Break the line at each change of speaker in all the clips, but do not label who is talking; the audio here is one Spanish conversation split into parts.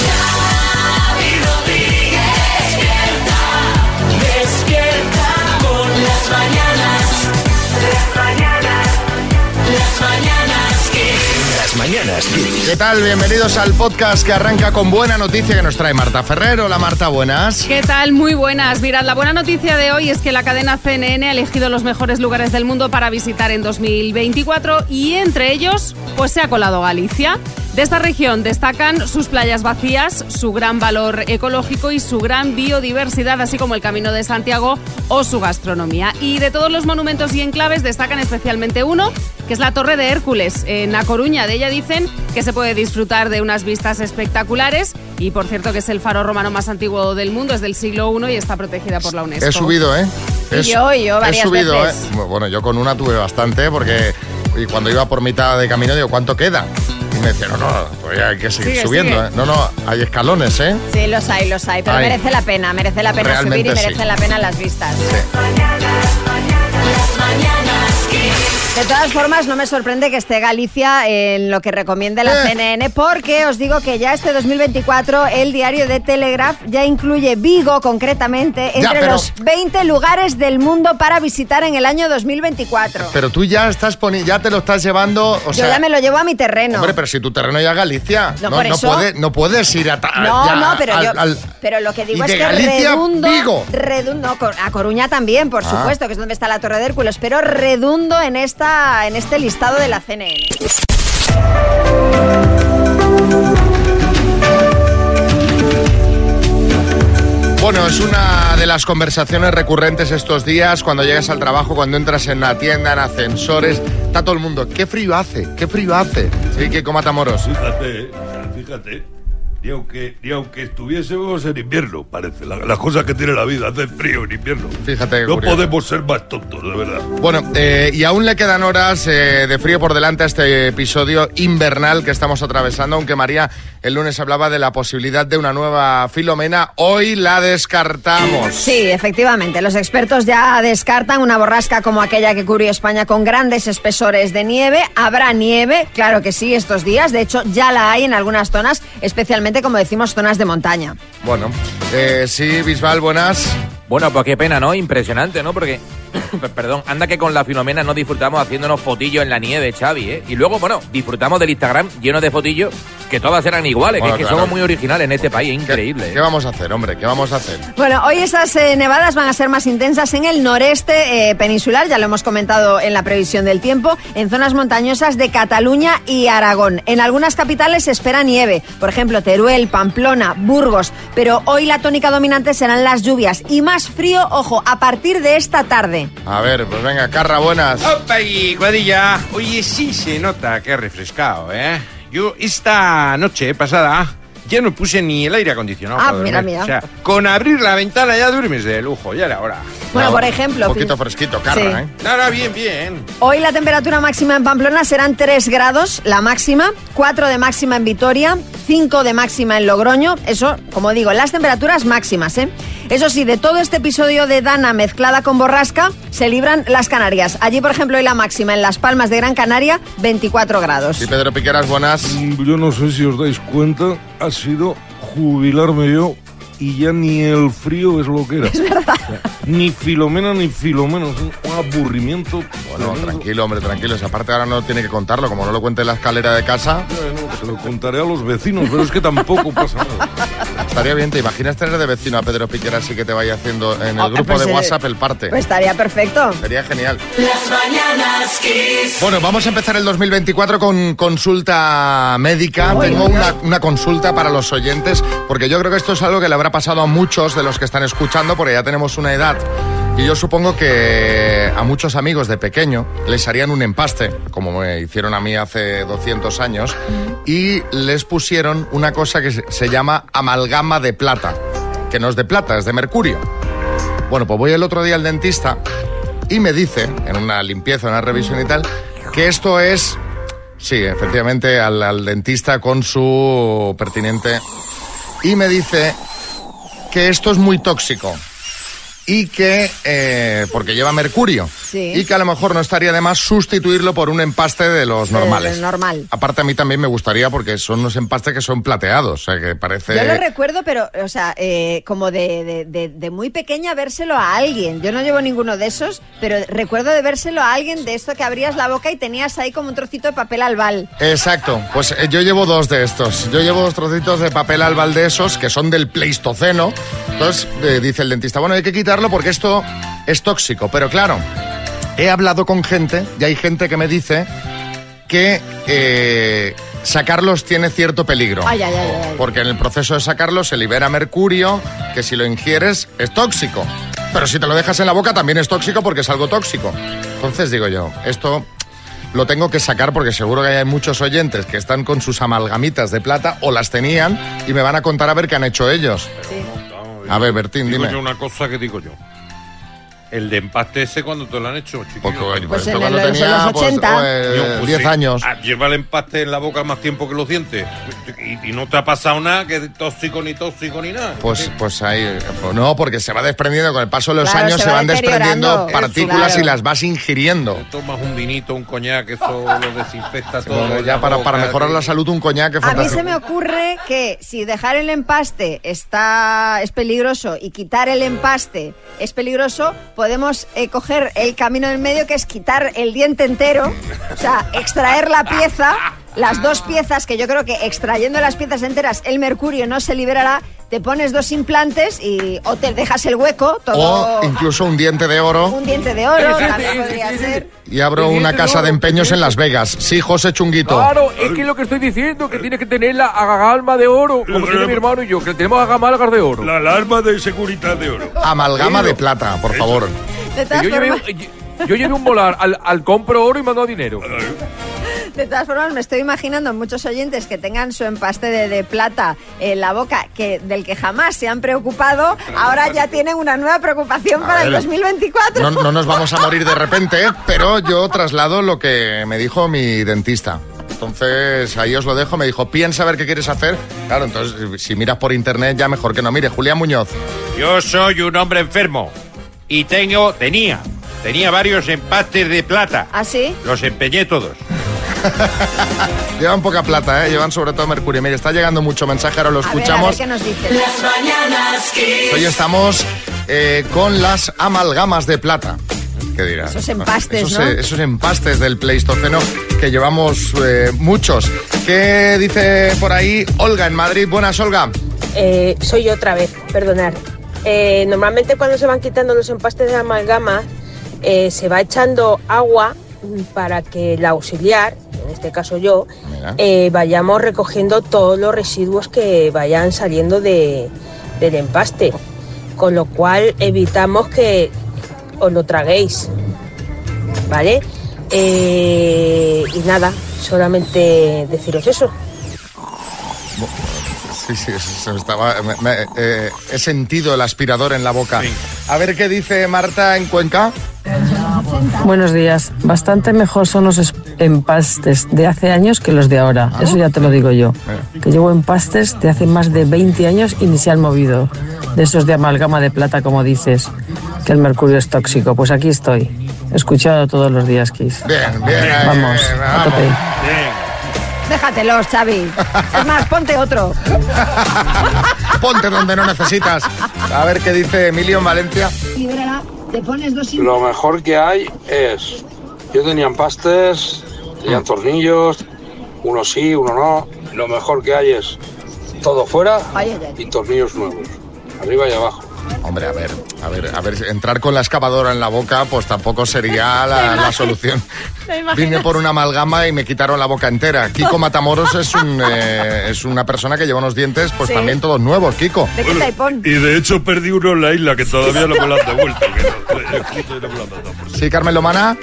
Gaby Rodríguez, despierta, despierta con las mañanas, las mañanas, las mañanas que
Las mañanas Kiss.
¿Qué tal? Bienvenidos al podcast que arranca con buena noticia que nos trae Marta Ferrer. Hola Marta, buenas.
¿Qué tal? Muy buenas. Mirad, la buena noticia de hoy es que la cadena CNN ha elegido los mejores lugares del mundo para visitar en 2024 y entre ellos, pues se ha colado Galicia. De esta región destacan sus playas vacías, su gran valor ecológico y su gran biodiversidad, así como el Camino de Santiago o su gastronomía. Y de todos los monumentos y enclaves destacan especialmente uno, que es la Torre de Hércules en A Coruña. De ella dicen que se puede disfrutar de unas vistas espectaculares y por cierto que es el faro romano más antiguo del mundo, es del siglo I y está protegida por la UNESCO.
He subido, ¿eh?
Y
He
yo, y yo
he
varias
subido,
veces.
¿eh? Bueno, yo con una tuve bastante porque y cuando iba por mitad de camino digo, ¿cuánto queda? Y me decían, no, no, todavía hay que seguir
Sigue,
subiendo.
sigue.
¿eh? No, no, hay escalones, ¿eh?
Sí, los hay, los hay, pero
Ay.
merece la pena, merece la pena subir
Realmente
y
sí.
merece la pena las vistas.
las mañanas que
De todas formas, no me sorprende que esté Galicia en lo que recomienda la
Eh.
CNN, porque os digo que ya este 2024 el diario de Telegraph ya incluye Vigo, concretamente,
Ya,
entre
pero-
los 20 lugares del mundo para visitar en el año 2024.
Pero tú ya estás poni ya te lo estás llevando, o sea,
Yo ya me lo llevo a mi terreno.
hombre, pero si tu terreno ya es Galicia,
No, por eso-
puede- no puedes ir a ta-
No,
ya
no, pero
al-
yo.
al-
pero lo que
y
digo
de
es que
Galicia,
redundo.
Vigo.
redundo- no, Cor- a Coruña también, por
Ah.
supuesto, que es donde está la Torre de Hércules, pero redundo en, esta, en este listado de la CNN.
Bueno, es una de las conversaciones recurrentes estos días, cuando llegas al trabajo, cuando entras en la tienda, en ascensores, está todo el mundo, qué frío hace, qué frío hace. Sí, que coma tamoros.
Fíjate, eh, o sea, fíjate. Ni aunque, ni aunque estuviésemos en invierno, parece. La- Las cosas que tiene la vida, hace frío en invierno.
Fíjate qué
No
curioso.
podemos ser más tontos, de verdad.
Bueno, eh, y aún le quedan horas eh, de frío por delante a este episodio invernal que estamos atravesando, aunque María el lunes hablaba de la posibilidad de una nueva filomena, hoy la descartamos.
Sí, efectivamente. Los expertos ya descartan una borrasca como aquella que cubrió España con grandes espesores de nieve. Habrá nieve, claro que sí, estos días. De hecho, ya la hay en algunas zonas, especialmente, como decimos, zonas de montaña.
Bueno, eh, sí, Bisbal, buenas.
Bueno, pues qué pena, ¿no? Impresionante, ¿no? Porque, pues, perdón, anda que con la filomena no disfrutamos haciéndonos fotillos en la nieve, Xavi, ¿eh? Y luego, bueno, disfrutamos del Instagram lleno de fotillos que todas eran iguales,
Bueno,
que es que
claro.
somos muy originales en este país,
¿Qué-
increíble. ¿eh?
¿Qué vamos a hacer, hombre? ¿Qué vamos a hacer?
Bueno, hoy esas eh, nevadas van a ser más intensas en el noreste eh, peninsular, ya lo hemos comentado en la previsión del tiempo, en zonas montañosas de Cataluña y Aragón. En algunas capitales se espera nieve, por ejemplo Teruel, Pamplona, Burgos, pero hoy la tónica dominante serán las lluvias y más frío, ojo, a partir de esta tarde.
A ver, pues venga, Carra, buenas.
¡Opa y cuadrilla! Oye, sí se nota que he refrescado, ¿eh? Yo esta noche pasada ya no puse ni el aire acondicionado.
Ah,
para dormir.
mira, mira.
O sea, con abrir la ventana ya duermes de lujo, ya era hora.
Bueno,
Ah,
por ejemplo,
Un poquito
fí-
fresquito, Carra,
Sí.
¿eh?
Nada, bien, bien.
Hoy la temperatura máxima en Pamplona serán 3 grados, la máxima, 4 de máxima en Vitoria, 5 de máxima en Logroño. Eso, como digo, las temperaturas máximas, ¿eh? Eso sí, de todo este episodio de Dana mezclada con borrasca, se libran las Canarias. Allí, por ejemplo, hoy la máxima en Las Palmas de Gran Canaria, 24 grados.
Sí, Pedro Piqueras, buenas.
Mm, Yo no sé si os dais cuenta, ha sido jubilarme yo y ya ni el frío es lo que era. O sea, Ni Filomena ni Filomena, es un aburrimiento.
Bueno,
tremendo.
tranquilo, hombre, tranquilo. Esa parte ahora no tiene que contarlo, como no lo cuente en la escalera de casa.
Bueno, se lo contaré a los vecinos, pero es que tampoco pasa nada.
Estaría bien, ¿te imaginas tener de vecino a Pedro Piqueras y que te vaya haciendo en el
Ah,
grupo
pues,
de
eh,
WhatsApp el parte?
Pues estaría perfecto.
Sería genial.
las mañanas que
Bueno, vamos a empezar el 2024 con consulta médica. Tengo una, una consulta para los oyentes, porque yo creo que esto es algo que le habrá pasado a muchos de los que están escuchando, porque ya tenemos una edad. Y yo supongo que a muchos amigos de pequeño les harían un empaste, como me hicieron a mí hace 200 años, y les pusieron una cosa que se- se llama amalgama de plata, que no es de plata, es de mercurio. Bueno, pues voy el otro día al dentista y me dice, en una limpieza, una revisión y tal, que esto es, sí, efectivamente, al, al dentista con su pertinente. Y me dice que esto es muy tóxico. y que, eh, porque lleva mercurio,
Sí.
y que a lo mejor no estaría de más sustituirlo por un empaste de los normales.
Eh, normal.
Aparte a mí también me gustaría porque son unos empastes que son plateados, o sea que parece...
Yo lo recuerdo, pero, o sea, eh, como de, de- de- de muy pequeña vérselo a alguien. Yo no llevo ninguno de esos, pero recuerdo de vérselo a alguien de esto que abrías la boca y tenías ahí como un trocito de papel albal.
Exacto, pues eh, yo llevo dos de estos. Yo llevo dos trocitos de papel albal de esos que son del Pleistoceno. Entonces eh, dice el dentista, bueno, hay que quitarlo porque esto es tóxico. Pero claro, he hablado con gente y hay gente que me dice que eh, sacarlos tiene cierto peligro.
Ay, ay, ay, ay, ay.
Porque en el proceso de sacarlo se libera mercurio, que si lo ingieres es tóxico. Pero si te lo dejas en la boca también es tóxico porque es algo tóxico. Entonces digo yo, esto lo tengo que sacar porque seguro que hay muchos oyentes que están con sus amalgamitas de plata o las tenían y me van a contar a ver qué han hecho ellos. A ver, Bertín,
digo
dime.
yo una cosa que digo yo. El de empaste ese cuando te lo han hecho, chiquillo.
Porque, oye,
Pues
esto
en
cuando
el- en
tenía,
los
pues,
80.
pues,
Yo, pues,
10
sí.
años.
Ah, lleva el empaste en la boca más tiempo que los dientes. Y, y no te ha pasado nada, que tóxico ni tóxico ni nada.
Pues, pues ahí, pues no, porque se va desprendiendo con el paso de los
Claro,
años,
se
se,
va
van desprendiendo
deteriorando.
partículas
Claro.
y las vas ingiriendo.
Te tomas un vinito, un coñac, eso lo desinfecta todo.
Bueno,
en
ya
la
para, para
boca,
mejorar
que-
la salud un coñac que
A mí
fantástico.
se me ocurre que si dejar el empaste está es peligroso y quitar el empaste es peligroso, podemos eh, coger el camino del medio que es quitar el diente entero, o sea, extraer la pieza, las dos piezas que yo creo que extrayendo las piezas enteras el mercurio no se liberará, te pones dos implantes y o te dejas el hueco todo
O incluso un diente de oro
un diente de oro, también podría ser.
y abro
Un
una
diente de
casa
oro,
de empeños
sí.
en Las Vegas. Sí, José Chunguito.
Claro, es que es lo que estoy diciendo, que tienes que tener la amalgama de oro, como tiene mi hermano y yo, que tenemos agamalgas de oro.
La alarma de seguridad de oro.
Amalgama de plata, por favor.
De todas
Yo llevé,
formas-
yo- yo llevé un volar al, al compro oro y mandó dinero.
De todas formas, me estoy imaginando muchos oyentes que tengan su empaste de, de plata en la boca, que del que jamás se han preocupado, ahora ya tienen una nueva preocupación para el
ver.
2024.
No, no nos vamos a morir de repente, ¿eh? pero yo traslado lo que me dijo mi dentista. Entonces, ahí os lo dejo. Me dijo, piensa a ver qué quieres hacer. Claro, entonces, si miras por internet, ya mejor que no. Mire, Julián Muñoz.
Yo soy un hombre enfermo y tengo, tenía, tenía varios empastes de plata.
¿Ah, sí?
Los empeñé todos.
Llevan poca plata, ¿eh? Llevan sobre todo mercurio. Mire, está llegando mucho mensaje, ahora lo
A ver, a ver
escuchamos.
qué nos dicen.
Las mañanas Kiss.
Hoy estamos eh, con las amalgamas de plata. ¿Qué dirás?
Esos empastes,
esos,
¿no?
eh, esos empastes del Pleistoceno que llevamos eh, muchos. ¿Qué dice por ahí Olga en Madrid? Buenas, Olga.
Eh, soy yo otra vez, perdonar. Eh, normalmente cuando se van quitando los empastes de amalgama, eh, se va echando agua mm, para que la auxiliar, en este caso yo,
Mira.
eh, vayamos recogiendo todos los residuos que vayan saliendo de- del empaste, con lo cual evitamos que os lo traguéis, ¿vale? Eh, y nada, solamente deciros eso.
Sí, sí, se me estaba- me- me- eh, he sentido el aspirador en la boca. A ver qué dice Marta en Cuenca.
Buenos días. Bastante mejor son los es- empastes de hace años que los de ahora.
Ah.
Eso ya te lo digo yo.
Eh.
Que llevo empastes de hace más de 20 años y ni se han movido. De esos de amalgama de plata, como dices, que el mercurio es tóxico. Pues aquí estoy, escuchado todos los días, Kiss.
Bien, bien. eh,
Vamos, a
vamos.
tope.
Déjatelos, Xavi. Es más, ponte otro.
Ponte donde no necesitas. A ver qué dice Emilio en Valencia.
Te pones dos
Lo mejor que hay es. Yo tenía pastes,
Mm.
tenían tornillos, uno sí, uno no. Lo mejor que hay es todo fuera
Ay, ay, ay.
y tornillos nuevos, arriba y abajo.
Hombre, a ver, a ver, a ver, entrar con la excavadora en la boca, pues tampoco sería la, la solución. Vine por una amalgama y me quitaron la boca entera. Kiko Matamoros es, un, eh, es una persona que lleva unos dientes, pues
Sí.
también todos nuevos, Kiko.
De quita y pon.
Y de hecho perdí uno en la isla que todavía no me lo han devuelto. que no- el quito y no me lo han dado.
Sí, Carmen Lomana.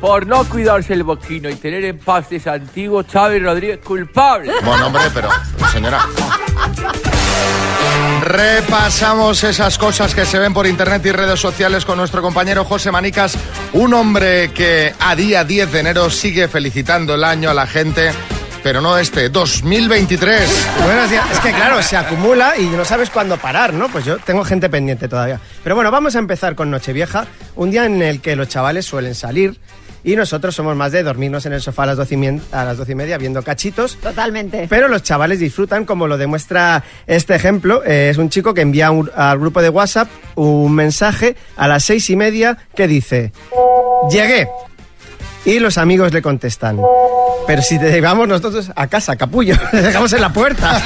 Por no cuidarse el boquino y tener empastes antiguos, Chávez Rodríguez culpable.
Bueno, hombre, pero señora. Repasamos esas cosas que se ven por internet y redes sociales con nuestro compañero José Manicas, un hombre que a día 10 de enero sigue felicitando el año a la gente pero no este, 2023.
Buenos días. Es que claro, se acumula y no sabes cuándo parar, ¿no? Pues yo tengo gente pendiente todavía. Pero bueno, vamos a empezar con Nochevieja, un día en el que los chavales suelen salir y nosotros somos más de dormirnos en el sofá a las doce y, mien- a las doce y media viendo cachitos.
Totalmente.
Pero los chavales disfrutan, como lo demuestra este ejemplo. Eh, es un chico que envía un- al grupo de WhatsApp un mensaje a las seis y media que dice: Llegué. Y los amigos le contestan. Pero si te llevamos nosotros a casa, capullo, te dejamos en la puerta.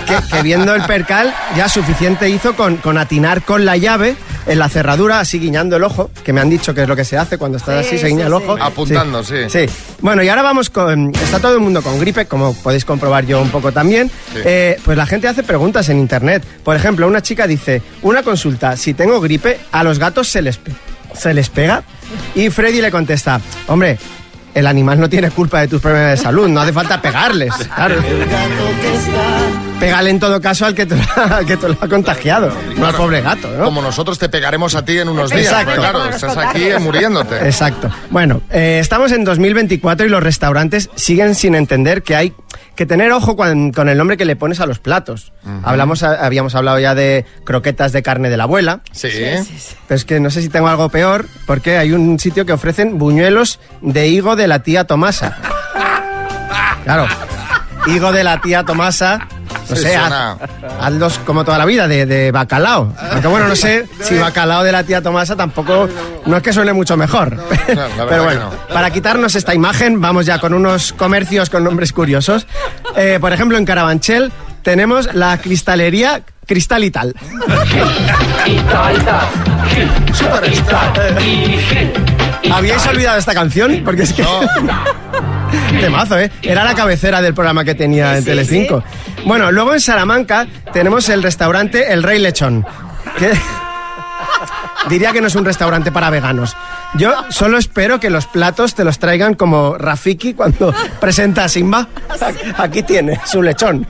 que, que viendo el percal ya suficiente hizo con, con atinar con la llave en la cerradura, así guiñando el ojo, que me han dicho que es lo que se hace cuando estás
Sí,
así, se guiña
sí,
el ojo.
sí. Apuntando, sí.
Sí. Bueno, y ahora vamos con... Está todo el mundo con gripe, como podéis comprobar yo un poco también.
Sí.
Eh, pues la gente hace preguntas en internet. Por ejemplo, una chica dice, una consulta, si tengo gripe, a los gatos se les, pe- se les pega. Y Freddy le contesta, hombre, el animal no tiene culpa de tus problemas de salud, no hace falta pegarles. Claro. Pégale en todo caso al que te, al que te lo ha contagiado. No al pobre gato, ¿no?
Como nosotros te pegaremos a ti en unos días.
Exacto.
porque, claro, estás aquí eh, muriéndote.
Exacto. Bueno, eh, estamos en 2024 y los restaurantes siguen sin entender que hay que tener ojo con, con el nombre que le pones a los platos. Hablamos, a- habíamos hablado ya de croquetas de carne de la abuela.
Sí.
¿Eh? Pero es que no sé si tengo algo peor, porque hay un sitio que ofrecen buñuelos de higo de la tía Tomasa. Claro, higo de la tía Tomasa. No
Sí,
sé, haz-
suena.
hazlos como toda la vida, de, de bacalao. Aunque bueno, no sé si bacalao de la tía Tomasa tampoco. No es que suene mucho mejor.
la verdad
Pero
que
bueno, para quitarnos esta imagen, vamos ya con unos comercios con nombres curiosos. Eh, por ejemplo, en Carabanchel tenemos la cristalería Cristal y Tal. ¿Habíais olvidado esta canción? Porque es que... Temazo, ¿eh? Era la cabecera del programa que tenía en Telecinco. Bueno, luego en Salamanca tenemos el restaurante El Rey Lechón. que- Diría que no es un restaurante para veganos. Yo solo espero que los platos te los traigan como Rafiki cuando presenta a Simba. Aquí tiene su lechón.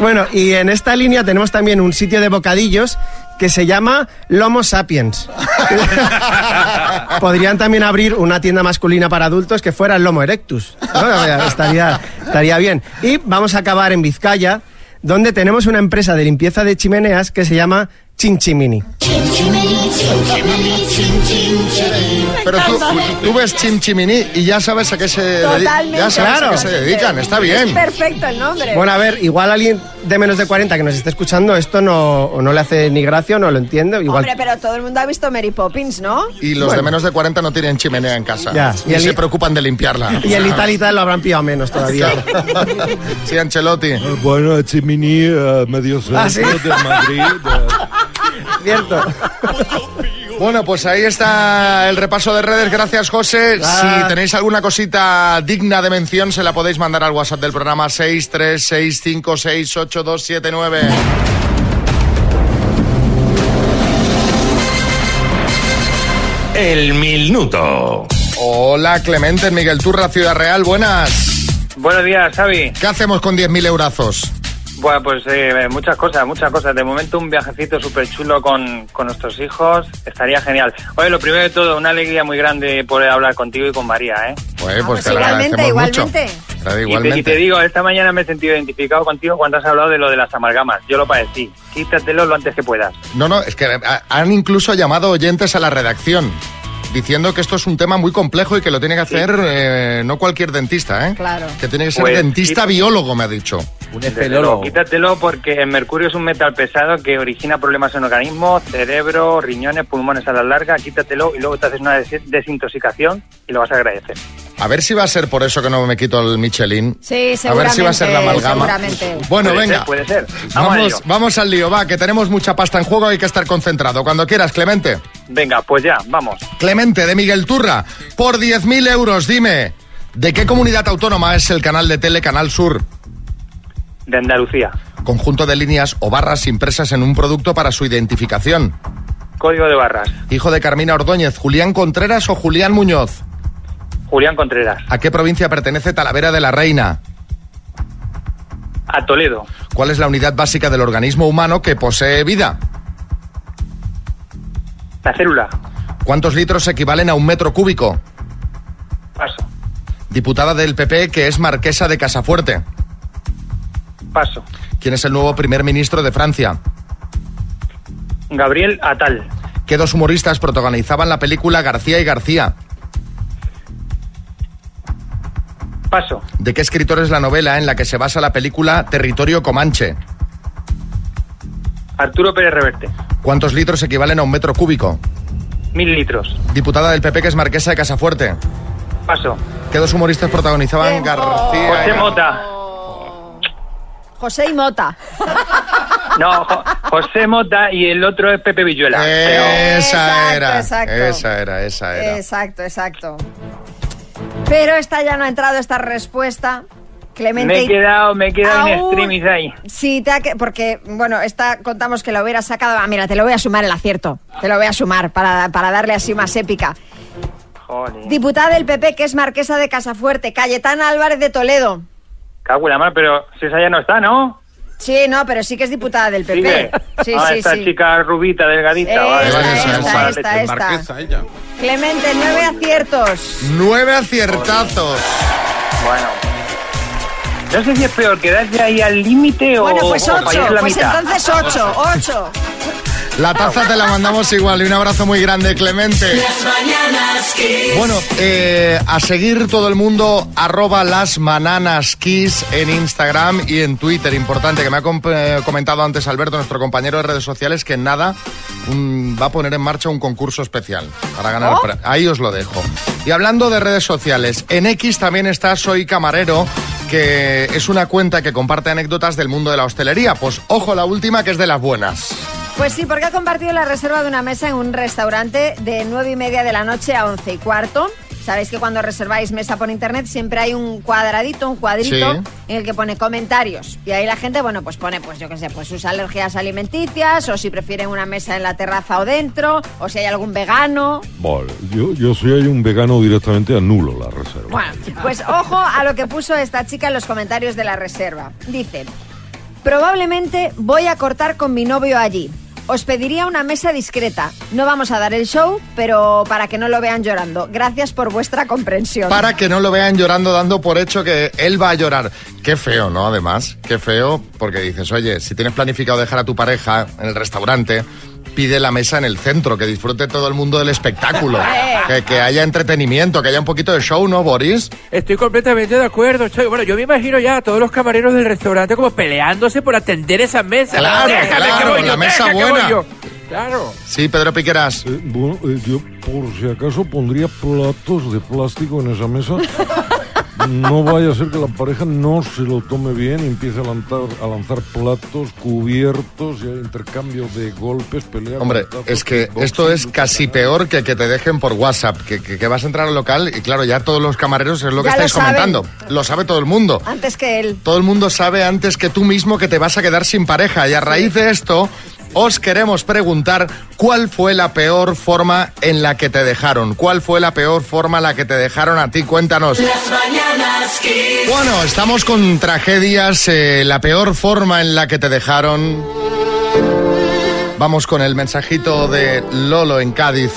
Bueno, y en esta línea tenemos también un sitio de bocadillos que se llama Lomo Sapiens. Podrían también abrir una tienda masculina para adultos que fuera Lomo Erectus. ¿no? Estaría, estaría bien. Y vamos a acabar en Vizcaya, donde tenemos una empresa de limpieza de chimeneas que se llama Chinchimini.
Pero tú, tú ves Chimchiminí y ya sabes a qué se, dedi- ya
Totalmente.
sabes a
Claro.
qué se dedican. Está
Es
bien.
perfecto el nombre.
Bueno, a ver, igual alguien de menos de 40 que nos esté escuchando esto no, o no le hace ni gracia o no lo entiende. Igual
Hombre, pero todo el mundo ha visto Mary Poppins, ¿no?
Y los de menos de 40 no tienen chimenea en casa.
Ya.
Y
Y el-
se preocupan de limpiarla.
Y el Italita lo habrán pillado menos todavía.
Sí, Ancelotti.
Bueno, Chimini, eh, medio
Ah,
centro de
¿sí?
Madrid. eh,
Cierto.
Bueno, pues ahí está el repaso de redes. Gracias, José.
Nada.
Si tenéis alguna cosita digna de mención, se la podéis mandar al WhatsApp del programa 636568279.
El minuto.
Hola, Clemente, Miguel Turra, Ciudad Real. Buenas.
Buenos días, Xavi.
¿Qué hacemos con 10.000 eurazos?
Bueno, pues eh, muchas cosas, muchas cosas. De momento un viajecito súper chulo con, con nuestros hijos. Estaría genial. Oye, lo primero de todo, una alegría muy grande poder hablar contigo y con María, ¿eh?
Pues, pues te lo
Ah, igualmente,
agradecemos mucho.
igualmente.
Y
Claro,
te-
igualmente.
Y te, digo, esta mañana me he sentido identificado contigo cuando has hablado de lo de las amalgamas. Yo lo padecí. Quítatelo lo antes que puedas.
No, no, es que ha- han incluso llamado oyentes a la redacción diciendo que esto es un tema muy complejo y que lo tiene que hacer eh, no cualquier dentista, ¿eh?
Claro.
Que tiene que ser
Pues,
dentista
sí.
biólogo, me ha dicho. Un
Desde luego, Quítatelo porque el mercurio es un metal pesado que origina problemas en el organismo, cerebro, riñones, pulmones a la larga. Quítatelo y luego te haces una des- desintoxicación y lo vas a agradecer.
A ver si va a ser por eso que no me quito el Michelin.
Sí,
A ver si va a ser la amalgama.
seguramente.
Bueno,
Puede
venga.
ser, puede ser. Vamos, a ello.
Vamos, vamos al lío, va, que tenemos mucha pasta en juego, hay que estar concentrado. Cuando quieras, Clemente.
Venga, pues ya, vamos.
Clemente, de Miguel Turra, por 10.000 euros, dime, ¿de qué comunidad autónoma es el canal de tele Canal Sur?
De Andalucía.
Conjunto de líneas o barras impresas en un producto para su identificación.
Código de barras.
Hijo de Carmina Ordóñez, Julián Contreras o Julián Muñoz.
Julián Contreras.
¿A qué provincia pertenece Talavera de la Reina?
A Toledo.
¿Cuál es la unidad básica del organismo humano que posee vida?
La célula.
¿Cuántos litros equivalen a un metro cúbico?
Paso.
diputada del PP que es marquesa de Casafuerte.
Paso.
¿Quién es el nuevo primer ministro de Francia?
Gabriel Atal.
¿Qué dos humoristas protagonizaban la película García y García?
Paso.
¿De qué escritor es la novela en la que se basa la película Territorio Comanche?
Arturo Pérez Reverte.
¿Cuántos litros equivalen a un metro cúbico?
Mil litros.
Diputada del PP que es marquesa de Casafuerte.
Paso.
¿Qué dos humoristas protagonizaban García?
José
y García?
Mota.
José y Mota.
No, Jo- José Mota y el otro es Pepe Villuela.
Esa
Exacto,
era,
exacto. Eh,
esa era, esa era.
Exacto, exacto. Pero esta ya no ha entrado esta respuesta.
Pero
Clemente.
me he quedado, me he quedado en
Aún-
extremis ahí.
Sí, te ha que- porque, bueno, esta contamos que lo hubiera sacado. Ah, mira, te lo voy a sumar el acierto. Te lo voy a sumar para, para darle así más épica.
Joder.
Diputada del PP, que es marquesa de Casafuerte, Cayetana Álvarez de Toledo.
Cago en la mar, pero si esa ya no está, ¿no?
Sí, no, pero sí que es diputada del PP.
Sigue.
Sí,
Ah,
sí,
esta
sí.
chica rubita, delgadita.
Esta,
vale,
esta,
vale,
esta,
vale, vale.
esta, esta.
Marquesa, ella.
Clemente, nueve aciertos.
Nueve aciertazos.
Bueno. No sé si es peor quedarse ahí al límite o...
Bueno, pues
o
ocho.
fallar oh, la
Pues
mitad.
entonces ocho, ocho.
La taza te la mandamos igual y un abrazo muy grande, Clemente.
Las mañanas Kiss.
Bueno, eh, a seguir todo el mundo, arroba las bananas kiss en Instagram y en Twitter. Importante, que me ha com- eh, comentado antes Alberto, nuestro compañero de redes sociales, que en nada mm, va a poner en marcha un concurso especial para ganar.
¿Oh?
pre- Ahí os lo dejo. Y hablando de redes sociales, en X también está Soy Camarero, que es una cuenta que comparte anécdotas del mundo de la hostelería. Pues ojo, la última que es de las buenas.
Pues sí, porque ha compartido la reserva de una mesa en un restaurante de 9 y media de la noche a 11 y cuarto. Sabéis que cuando reserváis mesa por internet siempre hay un cuadradito, un cuadrito
Sí.
en el que pone comentarios. Y ahí la gente, bueno, pues pone, pues yo qué sé, pues sus alergias alimenticias, o si prefieren una mesa en la terraza o dentro, o si hay algún vegano.
Vale, yo, yo soy un vegano directamente anulo la reserva.
Bueno, pues ojo a lo que puso esta chica en los comentarios de la reserva. Dice, probablemente voy a cortar con mi novio allí. Os pediría una mesa discreta. No vamos a dar el show, pero para que no lo vean llorando. Gracias por vuestra comprensión.
para que no lo vean llorando dando por hecho que él va a llorar. Qué feo, ¿no? Además, qué feo porque dices, oye, si tienes planificado dejar a tu pareja en el restaurante, pide la mesa en el centro, que disfrute todo el mundo del espectáculo,
Eh.
que, que haya entretenimiento, que haya un poquito de show, ¿no, Boris?
Estoy completamente de acuerdo, Choy. Bueno, yo me imagino ya a todos los camareros del restaurante como peleándose por atender esas mesas.
Claro,
Déjame que
claro,
voy yo,
la mesa
Ah,
deja que voy
buena.
yo. Claro.
Sí, Pedro Piqueras.
bueno, eh, yo por si acaso pondría platos de plástico en esa mesa. No vaya a ser que la pareja no se lo tome bien y empiece a lanzar, a lanzar platos, cubiertos, y hay intercambio de golpes, peleas.
Hombre, es que esto es casi peor que que te dejen por WhatsApp, que, que- que vas a entrar al local y claro, ya todos los camareros es lo que
Ya lo
estáis
saben.
comentando. Lo sabe todo el mundo.
Antes que él.
Todo el mundo sabe antes que tú mismo que te vas a quedar sin pareja y a raíz de esto os queremos preguntar cuál fue la peor forma en la que te dejaron. ¿Cuál fue la peor forma en la que te dejaron a ti? Cuéntanos.
Las mañanas Kiss.
pues- Bueno, estamos con tragedias, eh, la peor forma en la que te dejaron. Vamos con el mensajito de Lolo en Cádiz.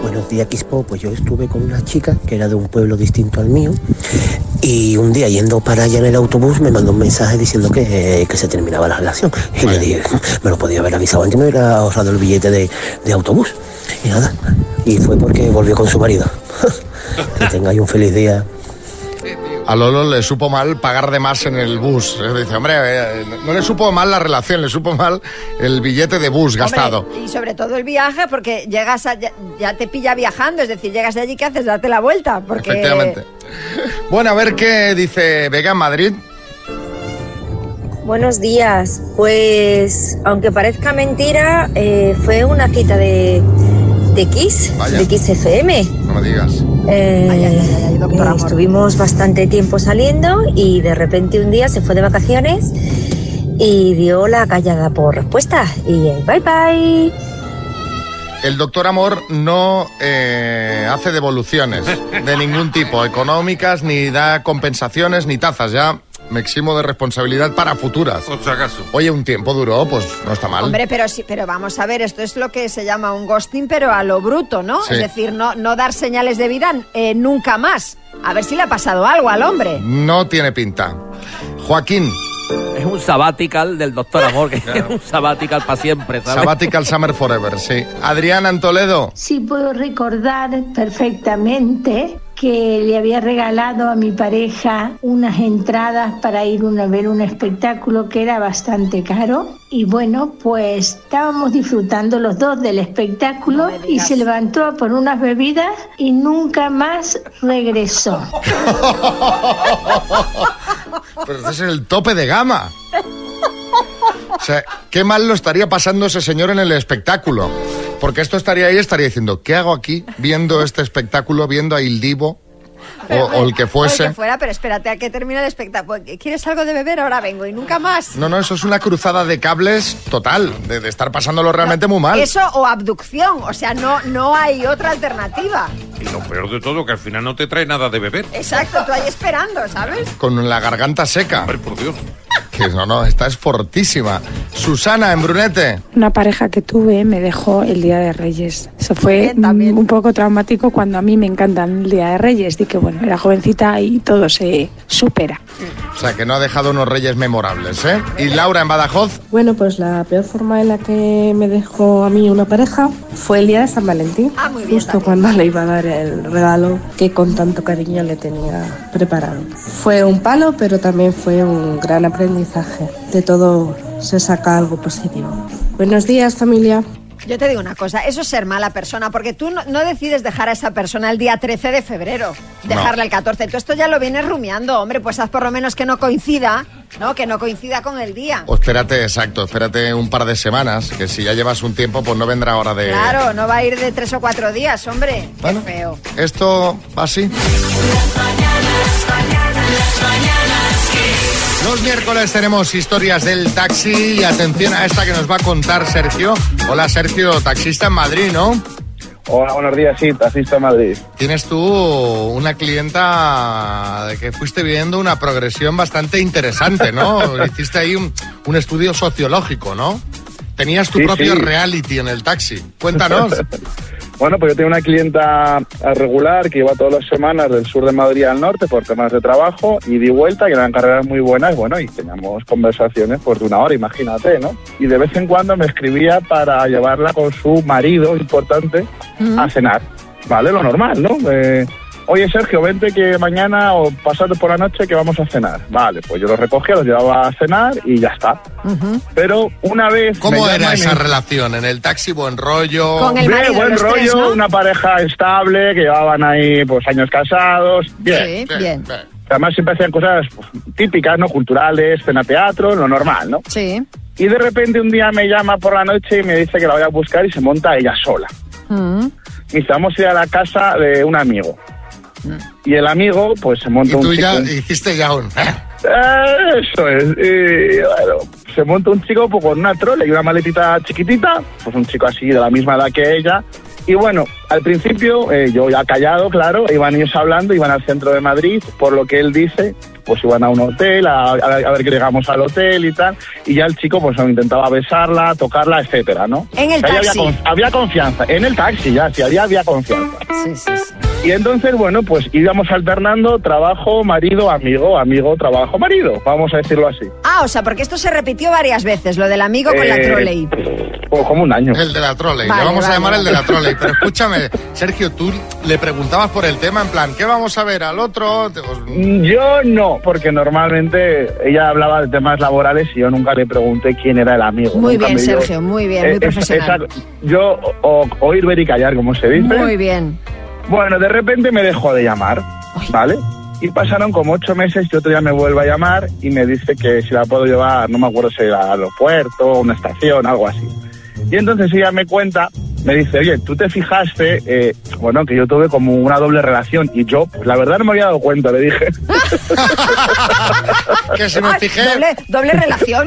Buenos días, Quispo. Pues yo estuve con una chica que era de un pueblo distinto al mío y un día yendo para allá en el autobús me mandó un mensaje diciendo que, eh, que se terminaba la relación. Y le dije, me lo podía haber avisado antes, me hubiera ahorrado el billete de, de autobús. Y nada, y fue porque volvió con su marido. que tengáis un feliz día.
A Lolo le supo mal pagar de más en el bus. Eh, Dice, hombre, eh, no le supo mal la relación, le supo mal el billete de bus gastado.
Hombre, y sobre todo el viaje, porque llegas a- ya, ya te pilla viajando, es decir, llegas de allí, ¿qué haces? Date la vuelta. Porque...
Efectivamente. Bueno, a ver qué dice Vega en Madrid.
Buenos días. Pues, aunque parezca mentira, eh, fue una cita de, de Kiss,
Vaya.
de Kiss FM.
No me digas.
Eh, eh, estuvimos bastante tiempo saliendo y de repente un día se fue de vacaciones y dio la callada por respuesta. Y eh, bye bye.
El doctor Amor no eh, hace devoluciones de ningún tipo, económicas, ni da compensaciones, ni tazas. Ya me eximo de responsabilidad para futuras.
Por si acaso.
Oye, un tiempo duró, pues no está mal.
Hombre, pero sí, pero vamos a ver, esto es lo que se llama un ghosting, pero a lo bruto, ¿no?
Sí.
Es decir, no, no dar señales de vida eh, nunca más. A ver si le ha pasado algo al hombre.
No tiene pinta. Joaquín.
Es un sabbatical del doctor Amor, que es un sabbatical para siempre, ¿sabes?
Sabbatical Summer Forever, sí. Adriana en Toledo.
Sí puedo recordar perfectamente que le había regalado a mi pareja unas entradas para ir una- a ver un espectáculo que era bastante caro. Y bueno, pues estábamos disfrutando los dos del espectáculo y se levantó a por unas bebidas y nunca más regresó.
Pero ese es el tope de gama. O sea, qué mal lo estaría pasando ese señor en el espectáculo. Porque esto estaría ahí, estaría diciendo, ¿qué hago aquí viendo este espectáculo, viendo a Ildivo o, o el que
O
fuese?
el que fuera, pero espérate a que termine el espectáculo. ¿Quieres algo de beber? Ahora vengo y nunca más.
No, no, eso es una cruzada de cables total, de, de estar pasándolo realmente muy mal.
Eso o abducción, o sea, no, no hay otra alternativa.
Y lo peor de todo, que al final no te trae nada de beber.
Exacto, tú ahí esperando, ¿sabes?
Con la garganta seca. Hombre,
por Dios.
Que no, no, esta es fortísima. Susana en Brunete.
Una pareja que tuve me dejó el Día de Reyes. Eso fue mm, un poco traumático cuando a mí me encantan el Día de Reyes. Y que bueno, era jovencita y todo se supera.
O sea, que no ha dejado unos reyes memorables, ¿eh? Y Laura en Badajoz.
Bueno, pues la peor forma en la que me dejó a mí una pareja fue el día de San Valentín, justo cuando le iba a dar el regalo que con tanto cariño le tenía preparado. Fue un palo, pero también fue un gran aprendizaje. De todo se saca algo positivo. Buenos días, familia.
Yo te digo una cosa, eso es ser mala persona, porque tú no, no decides dejar a esa persona el día 13 de febrero,
No.
dejarla el 14. Tú esto ya lo vienes rumiando, hombre, pues haz por lo menos que no coincida, ¿no? Que no coincida con el día.
O pues espérate, exacto, espérate un par de semanas, que si ya llevas un tiempo, pues no vendrá hora de...
Claro, no va a ir de tres o cuatro días, hombre.
Bueno.
Qué feo.
Esto va así. Los miércoles tenemos historias del taxi y atención a esta que nos va a contar Sergio. Hola Sergio, taxista en Madrid, ¿no?
Hola, buenos días, sí, taxista en Madrid.
Tienes tú una clienta de que fuiste viendo una progresión bastante interesante, ¿no? Hiciste ahí un, un estudio sociológico, ¿no? Tenías tu
Sí,
propio
sí.
reality en el taxi. Cuéntanos.
Bueno, pues yo tengo una clienta regular que iba todas las semanas del sur de Madrid al norte por temas de trabajo y di vuelta, que eran carreras muy buenas, bueno, y teníamos conversaciones pues de una hora, imagínate, ¿no? Y de vez en cuando me escribía para llevarla con su marido importante a cenar, ¿vale? Lo normal, ¿no? Eh, Oye, Sergio, vente que mañana o pasado por la noche que vamos a cenar. Vale, pues yo los recogía, los llevaba a cenar y ya está. Pero una vez... me
¿Cómo
llama
era
y me
esa relación? ¿En el taxi buen rollo?
Bien, buen rollo, una pareja estable que llevaban ahí pues años casados. Bien.
bien.
Además siempre hacían cosas pues, típicas, ¿no? Culturales, cena teatro, lo normal, ¿no?
Sí.
Y de repente un día me llama por la noche y me dice que la voy a buscar y se monta ella sola.
Mm.
Y dice, vamos a ir a la casa de un amigo.
Mm.
Y el amigo pues se monta
Y
un
tú
chico-
ya hiciste ya un...
eh, Eso es. Y, bueno, se monta un chico pues, con una trole y una maletita chiquitita, pues un chico así de la misma edad que ella. Y bueno, al principio eh, yo ya callado, claro, iban ellos hablando, iban al centro de Madrid, por lo que él dice, pues iban a un hotel, a, a- a ver qué llegamos al hotel y tal, y ya el chico pues intentaba besarla, tocarla, etcétera, ¿no?
En el
O sea, ya había
taxi.
conf- había confianza, en el taxi ya, sí, había, había confianza.
Sí, sí, sí.
Y entonces, bueno, pues íbamos alternando trabajo, marido, amigo, amigo, trabajo, marido, vamos a decirlo así.
Ah, o sea, porque esto se repitió varias veces, lo del amigo con la
Eh,
trolley.
Pues como un año.
El de la trolley,
Vale,
le vamos
vale,
a llamar el de la
vale.
trolley. Pero escúchame, Sergio, tú le preguntabas por el tema, en plan, ¿qué vamos a ver al otro? Te- os-
Yo no, porque normalmente ella hablaba de temas laborales y yo nunca le pregunté quién era el amigo.
Muy
Nunca
bien,
me dio- eh,
Sergio, muy bien, muy
es-
profesional.
esa- yo o- o- oír, ver y callar, como se dice.
Muy bien.
Bueno, de repente me dejó de llamar, ¿vale? Y pasaron como ocho meses y otro día me vuelve a llamar y me dice que si la puedo llevar, no me acuerdo si era al aeropuerto, a una estación, algo así. Y entonces ella me cuenta, me dice, oye, tú te fijaste, eh, bueno, que yo tuve como una doble relación y yo, pues la verdad no me había dado cuenta, le dije.
que si me
Ay,
fijé.
Doble, doble relación,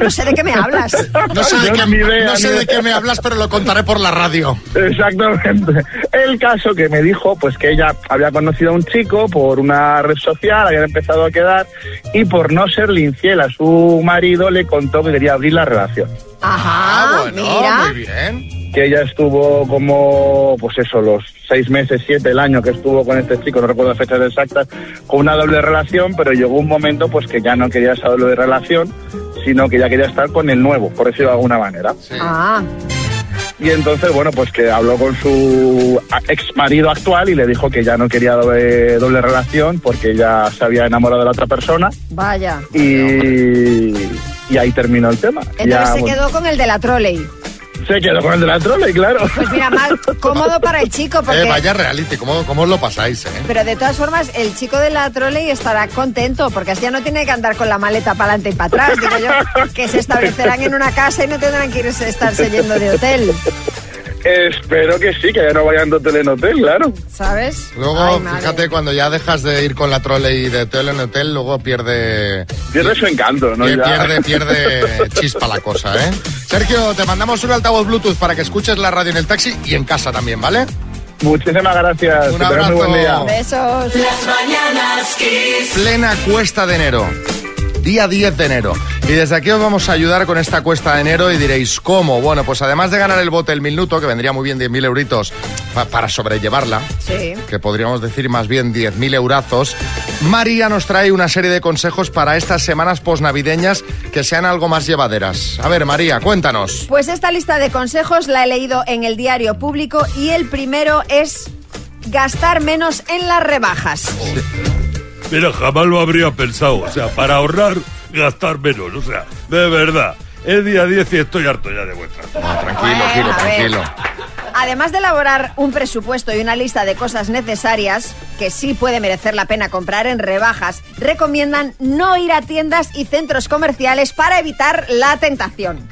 no sé de qué me hablas.
No sé, de
Yo
qué,
ni idea,
no
ni
sé de
idea.
qué me hablas, pero lo contaré por la radio.
Exactamente. El caso que me dijo, pues que ella había conocido a un chico por una red social, habían empezado a quedar y por no serle infiel a su marido le contó que quería abrir la relación.
Ah,
Ajá, mira.
que ella estuvo como, pues eso, los seis meses, siete, el año que estuvo con este chico, no recuerdo las fechas exactas, con una doble relación, pero llegó un momento pues que ya no quería esa doble relación, sino que ya quería estar con el nuevo, por decirlo de alguna manera.
Ah,
Y entonces, bueno, pues que habló con su ex marido actual y le dijo que ya no quería doble, doble relación porque ya se había enamorado de la otra persona
vaya.
y, y ahí terminó el tema.
Entonces
Ya,
se
bueno,
quedó con el de la trolley.
se quedó con el de la trole, claro.
Pues mira, mal, cómodo para el chico porque...
Eh, vaya reality, ¿cómo, ¿cómo os lo pasáis, eh?
Pero de todas formas, el chico de la trolley estará contento porque así ya no tiene que andar con la maleta para adelante y para atrás. Digo yo, que se establecerán en una casa y no tendrán que irse, estarse yendo de hotel,
Espero que sí, que ya no vayan de hotel en hotel, claro.
¿sabes?
Luego,
Ay, madre.
fíjate, cuando ya dejas de ir con la trolley de hotel en hotel, luego pierde...
Pierde su encanto, ¿no?
pie-
Ya.
Pierde, pierde chispa la cosa, ¿eh? Sergio, te mandamos un altavoz Bluetooth para que escuches la radio en el taxi y en casa también, ¿vale?
Muchísimas gracias.
Un
que tengas muy
abrazo.
buen día.
Besos.
Las mañanas Kiss.
Plena cuesta de enero. Día 10 de enero. Y desde aquí os vamos a ayudar con esta cuesta de enero y diréis, ¿cómo? Bueno, pues además de ganar el bote el minuto, que vendría muy bien 10.000 euritos pa- para sobrellevarla,
Sí.
que podríamos decir más bien 10.000 eurazos, María nos trae una serie de consejos para estas semanas posnavideñas que sean algo más llevaderas. A ver, María, cuéntanos.
Pues esta lista de consejos la he leído en el diario público y el primero es gastar menos en las rebajas.
Mira, jamás lo habría pensado. O sea, para ahorrar, gastar menos. O sea, de verdad. Es día 10 y estoy harto ya de vuestras.
tranquilo,
Bueno, a ver. tranquilo. Además de elaborar un presupuesto y una lista de cosas necesarias que sí puede merecer la pena comprar en rebajas, recomiendan no ir a tiendas y centros comerciales para evitar la tentación.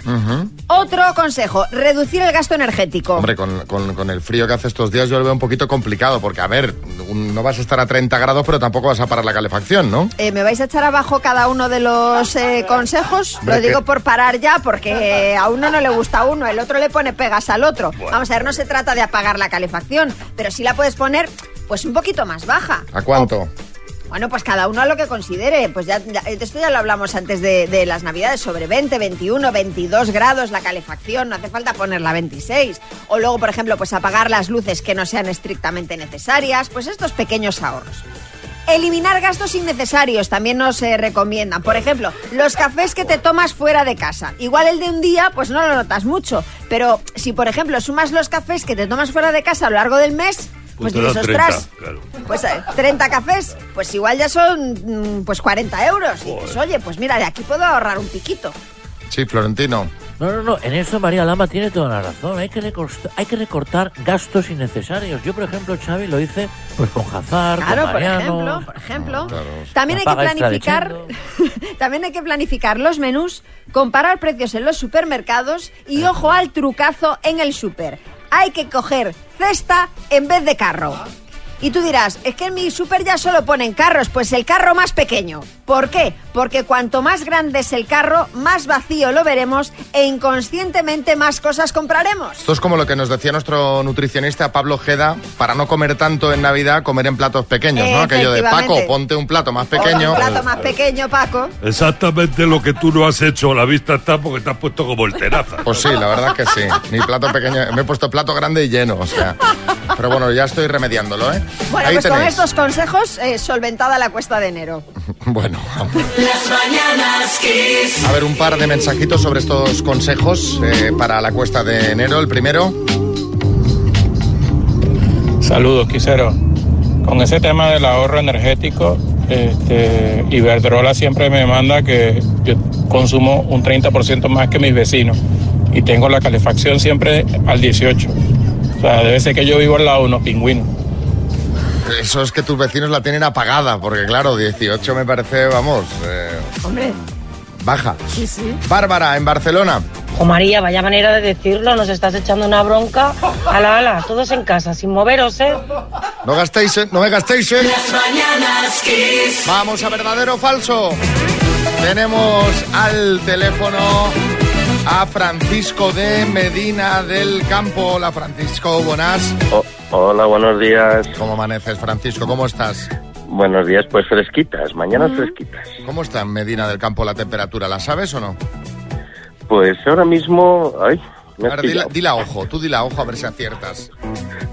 Otro consejo, reducir el gasto energético.
Hombre, con, con- con el frío que hace estos días yo lo veo un poquito complicado, porque a ver, un- no vas a estar a 30 grados, pero tampoco vas a parar la calefacción, ¿no?
Eh, ¿Me vais a echar abajo cada uno de los eh, consejos?
Hombre,
Lo digo
que-
por parar ya, porque eh, a uno no le gusta uno, el otro le pone pegas al otro. Vamos a ver, no se trata de apagar la calefacción, pero sí la puedes poner pues un poquito más baja.
¿A cuánto?
Bueno, pues cada uno a lo que considere. Pues ya, ya- esto ya lo hablamos antes de, de las Navidades, sobre 20, 21, 22 grados la calefacción, no hace falta ponerla a 26. O luego, por ejemplo, pues apagar las luces que no sean estrictamente necesarias, pues estos pequeños ahorros. Eliminar gastos innecesarios también nos eh, recomiendan. Por ejemplo, los cafés que te tomas fuera de casa. Igual el de un día, pues no lo notas mucho. Pero si, por ejemplo, sumas los cafés que te tomas fuera de casa a lo largo del mes, pues
te da
dices, ostras,
30, claro.
pues eh, 30 cafés, pues igual ya son mm, pues 40 euros. Y dices, oye, pues mira, de aquí puedo ahorrar un piquito.
Sí, Florentino.
No, no, no, en eso María Lama tiene toda la razón. Hay que, recorst- hay que recortar gastos innecesarios. Yo, por ejemplo, Xavi lo hice pues con Hazard,
Claro,
con
por
Mariano.
ejemplo, por ejemplo. También hay que
Paga extra de
planificar, también hay que planificar los menús, comparar precios en los supermercados y ojo al trucazo en el super. Hay que coger cesta en vez de carro. Y tú dirás, es que en mi super ya solo ponen carros, pues el carro más pequeño. ¿Por qué? Porque cuanto más grande es el carro, más vacío lo veremos e inconscientemente más cosas compraremos.
Esto es como lo que nos decía nuestro nutricionista Pablo Jeda, para no comer tanto en Navidad, comer en platos pequeños, ¿no? Aquello de
Efectivamente.
Paco, ponte un plato más
O
pequeño.
Un plato más pequeño, Paco.
Exactamente lo que tú no has hecho. La vista está porque te has puesto como el tenaza.
Pues sí, la verdad es que sí. Mi plato pequeño, me he puesto plato grande y lleno, o sea. Pero bueno, ya estoy remediándolo, ¿eh?
Bueno,
Ahí
pues con
tenéis.
estos consejos, eh, solventada la cuesta de enero.
Bueno,
Las mañanas Kiss.
a ver un par de mensajitos sobre estos consejos eh, para la cuesta de enero. El primero.
Saludos, Quisero. Con ese tema del ahorro energético, este, Iberdrola siempre me manda que yo consumo un 30% más que mis vecinos y tengo la calefacción siempre al 18. O sea, debe ser que yo vivo al lado de unos pingüinos.
Eso es que tus vecinos la tienen apagada, porque claro, 18 me parece, vamos, eh,
Hombre,
baja.
sí, sí.
Bárbara, en Barcelona.
O Oh, María, vaya manera de decirlo, nos estás echando una bronca. Ala, ala, todos en casa, sin moveros, ¿eh?
No gastéis, ¿eh? No me gastéis, ¿eh?
Las mañanas Kiss.
Vamos a verdadero o falso. Tenemos al teléfono a Francisco de Medina del Campo. Hola, Francisco, buenas.
Hola, buenos días.
¿Cómo amaneces, Francisco? ¿Cómo estás? Mm.
Buenos días, pues fresquitas, mañana fresquitas.
¿Cómo está en Medina del Campo la temperatura? ¿La sabes o no?
Pues ahora mismo, ay, me has
Ahora, dila,
pillado.
dila ojo, tú dila ojo a ver si aciertas.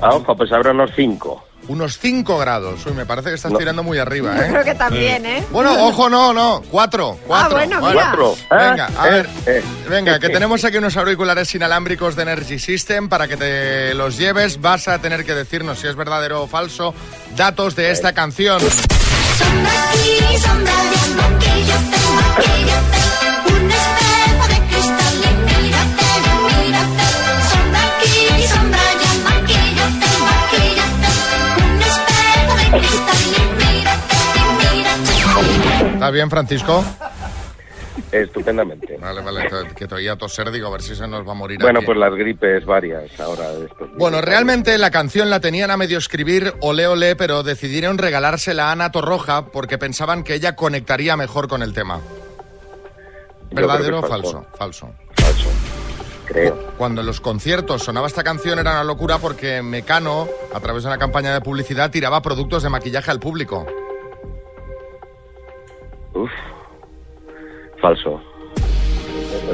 Ah, ojo, pues habrá unos 5.
Unos 5 grados. Uy, me parece que estás
No.
tirando muy arriba,
Yo
¿eh?
creo que también, ¿eh? Ah,
Bueno, ojo, no, no. Cuatro. cuatro
bueno,
Vale.
mira. Cuatro.
Venga, a
Ah,
ver.
eh,
Venga, que tenemos aquí unos auriculares inalámbricos de Energy System para que te los lleves. Vas a tener que decirnos si es verdadero o falso datos de esta canción. ¿Está bien, Francisco?
Estupendamente.
Vale, vale, te- que te oía toser, digo, a ver si se nos va a morir
Bueno,
aquí.
pues las gripes varias ahora de estos días.
Bueno, realmente la canción la tenían a medio escribir, ole ole, pero decidieron regalársela a Ana Torroja porque pensaban que ella conectaría mejor con el tema.
Yo
¿Verdadero
creo
o
que
falso? Falso.
Falso. Creo.
Cuando en los conciertos sonaba esta canción era una locura porque Mecano, a través de una campaña de publicidad, tiraba productos de maquillaje al público.
Uf. Falso.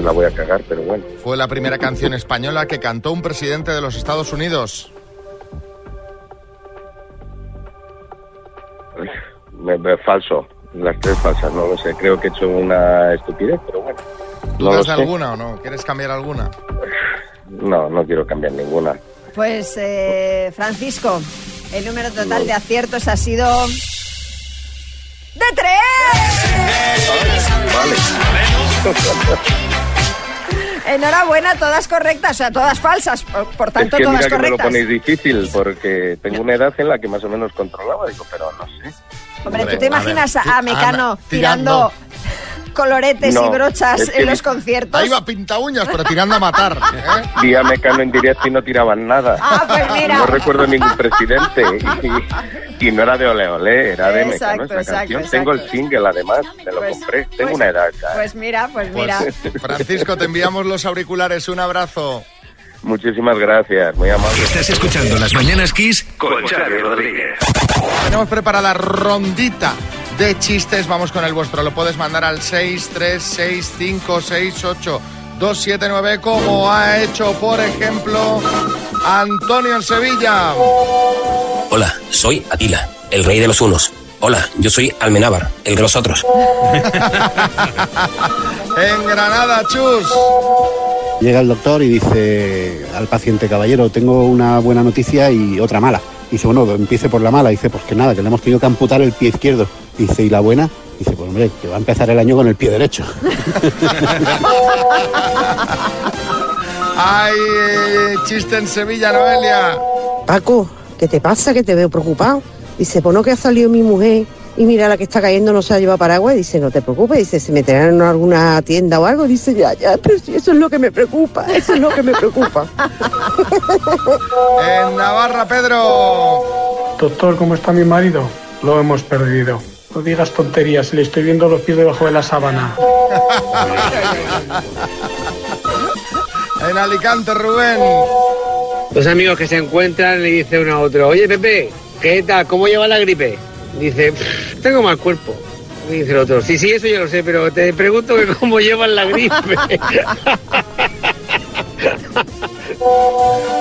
La voy a cagar, pero bueno.
Fue la primera canción española que cantó un presidente de los Estados Unidos.
Me- me- falso. Las tres falsas, no lo sé. Creo que he hecho una estupidez, pero bueno. No lo
¿Dudas
sé.
de alguna o no? ¿Quieres cambiar alguna?
No, no quiero cambiar ninguna.
Pues, eh, Francisco, el número total de aciertos ha sido... ¡De tres! Enhorabuena, todas correctas, o sea, todas falsas, por, por tanto,
es que
todas
mira que me lo
correctas.
ponéis difícil porque tengo una edad en la que más o menos controlaba, digo, pero no sé.
Hombre, ¿tú
Hombre,
te
a
imaginas
ver,
a,
ti-
Mecano
anda,
tirando,
tirando.
coloretes y
No,
brochas
es que
en los
ni-
conciertos?
Ahí va pinta uñas, pero tirando a matar. ¿eh?
Vi a Mecano en directo y no tiraban nada.
Ah, pues mira.
No recuerdo ningún presidente. Y, y no era de Ole Ole, era de
Exacto,
Mecano esa
exacto,
canción.
exacto.
Tengo el single además, me lo
Pues-
compré. Tengo
pues-
una edad ya.
Pues mira, pues mira.
Pues, Francisco, te enviamos los auriculares. Un abrazo.
Muchísimas gracias, muy amable.
Estás escuchando Las Mañanas Kiss
con Xavi Rodríguez.
Tenemos preparada rondita de chistes. Vamos con el vuestro. Lo puedes mandar al 636568279 como ha hecho, por ejemplo, Antonio en Sevilla.
Hola, soy Atila, el rey de los unos. Hola, yo soy Almenábar, el de los otros.
En Granada, Chus.
Llega el doctor y dice al paciente, caballero, tengo una buena noticia y otra mala. Dice, bueno, empiece por la mala. Dice, pues que nada, que le hemos tenido que amputar el pie izquierdo. Dice, ¿y la buena? Dice, pues hombre, que va a empezar el año con el pie derecho.
Hay eh, chiste en Sevilla, Noelia.
Paco, ¿qué te pasa? Que te veo preocupado. Dice, pues no que ha salido mi mujer y mira la que está cayendo no se ha llevado paraguas. Dice, no te preocupes, dice, se meterán en alguna tienda o algo. Dice, ya, ya, pero si eso es lo que me preocupa, eso es lo que me preocupa.
En Navarra, Pedro.
Doctor, ¿cómo está mi marido? Lo hemos perdido. No digas tonterías, le estoy viendo los pies debajo de la sábana.
En Alicante, Rubén.
Dos amigos que se encuentran le dice uno a otro, oye Pepe, ¿qué tal? ¿Cómo lleva la gripe? Dice, "Pff, tengo mal cuerpo. Dice el otro, sí, sí, eso yo lo sé, pero te pregunto que cómo llevan la gripe.